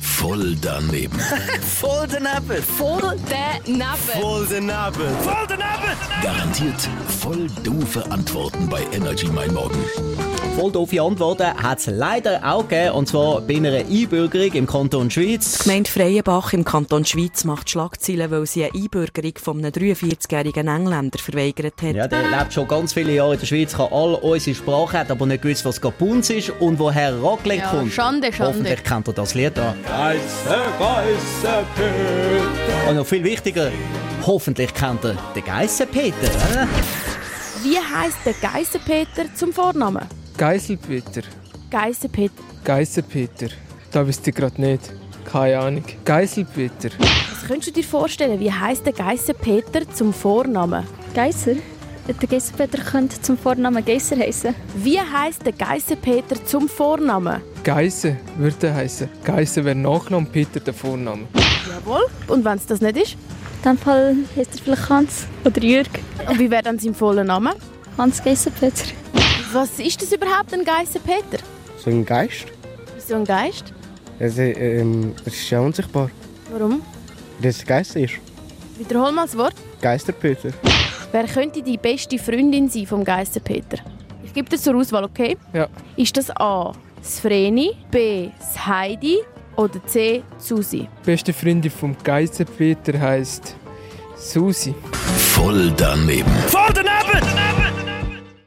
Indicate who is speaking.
Speaker 1: Voll daneben.
Speaker 2: Voll daneben.
Speaker 3: Voll daneben.
Speaker 2: Voll daneben. Voll daneben.
Speaker 1: Garantiert voll doofe Antworten bei Energy Mein Morgen.
Speaker 4: Voll doofe Antworten hat es leider auch gegeben, und zwar bei einer Einbürgerung im Kanton Schweiz.
Speaker 5: Gemeinde Freienbach im Kanton Schweiz macht Schlagzeilen, weil sie eine Einbürgerung von einem 43-jährigen Engländer verweigert hat.
Speaker 4: Ja, der lebt schon ganz viele Jahre in der Schweiz, kann all unsere Sprachen, hat aber nicht gewusst, was Kapunz ist und woher Raclette
Speaker 3: Ja,
Speaker 4: kommt.
Speaker 3: Schande, Schande.
Speaker 4: Hoffentlich kennt ihr das Lied da. Und noch viel wichtiger, hoffentlich kennt ihr den Geissenpeter. oder?
Speaker 3: Wie heisst der Geisterpeter zum Vornamen?
Speaker 6: Geiselpeter.
Speaker 3: Geisterpeter.
Speaker 6: Geiselpeter. Da wisst ihr gerade nicht. Keine Ahnung. Geiselpeter.
Speaker 3: Was könntest du dir vorstellen, wie heisst der Geisterpeter zum Vornamen?
Speaker 7: Geisser? Der Geisserpeter könnte zum Vornamen Geisser heißen.
Speaker 3: Wie heisst der Geisterpeter zum Vornamen?
Speaker 6: Geisse würde er heißen. Geisse wäre Nachname, Peter der Vorname.
Speaker 3: Jawohl. Und wenn es das nicht ist?
Speaker 7: In dem Fall heißt er vielleicht Hans oder Jürg.
Speaker 3: Und wie wäre dann sein voller Name?
Speaker 7: Hans Geisserpeter.
Speaker 3: Was ist das überhaupt, ein Geisterpeter?
Speaker 8: So ein Geist?
Speaker 3: So ein Geist?
Speaker 8: Es, äh, ähm, es ist ja unsichtbar,
Speaker 3: Warum?
Speaker 8: dass es Geister ist.
Speaker 3: Wiederhol mal das Wort.
Speaker 8: Geisterpeter.
Speaker 3: Wer könnte die beste Freundin sein vom Geisterpeter? Ich gebe dir zur Auswahl, okay?
Speaker 6: Ja.
Speaker 3: Ist das A. Das Vreni, B. Das Heidi oder C. die Susi?
Speaker 6: Beste Freundin vom Geiselpeter heißt Susi.
Speaker 1: Voll daneben.
Speaker 2: Voll daneben.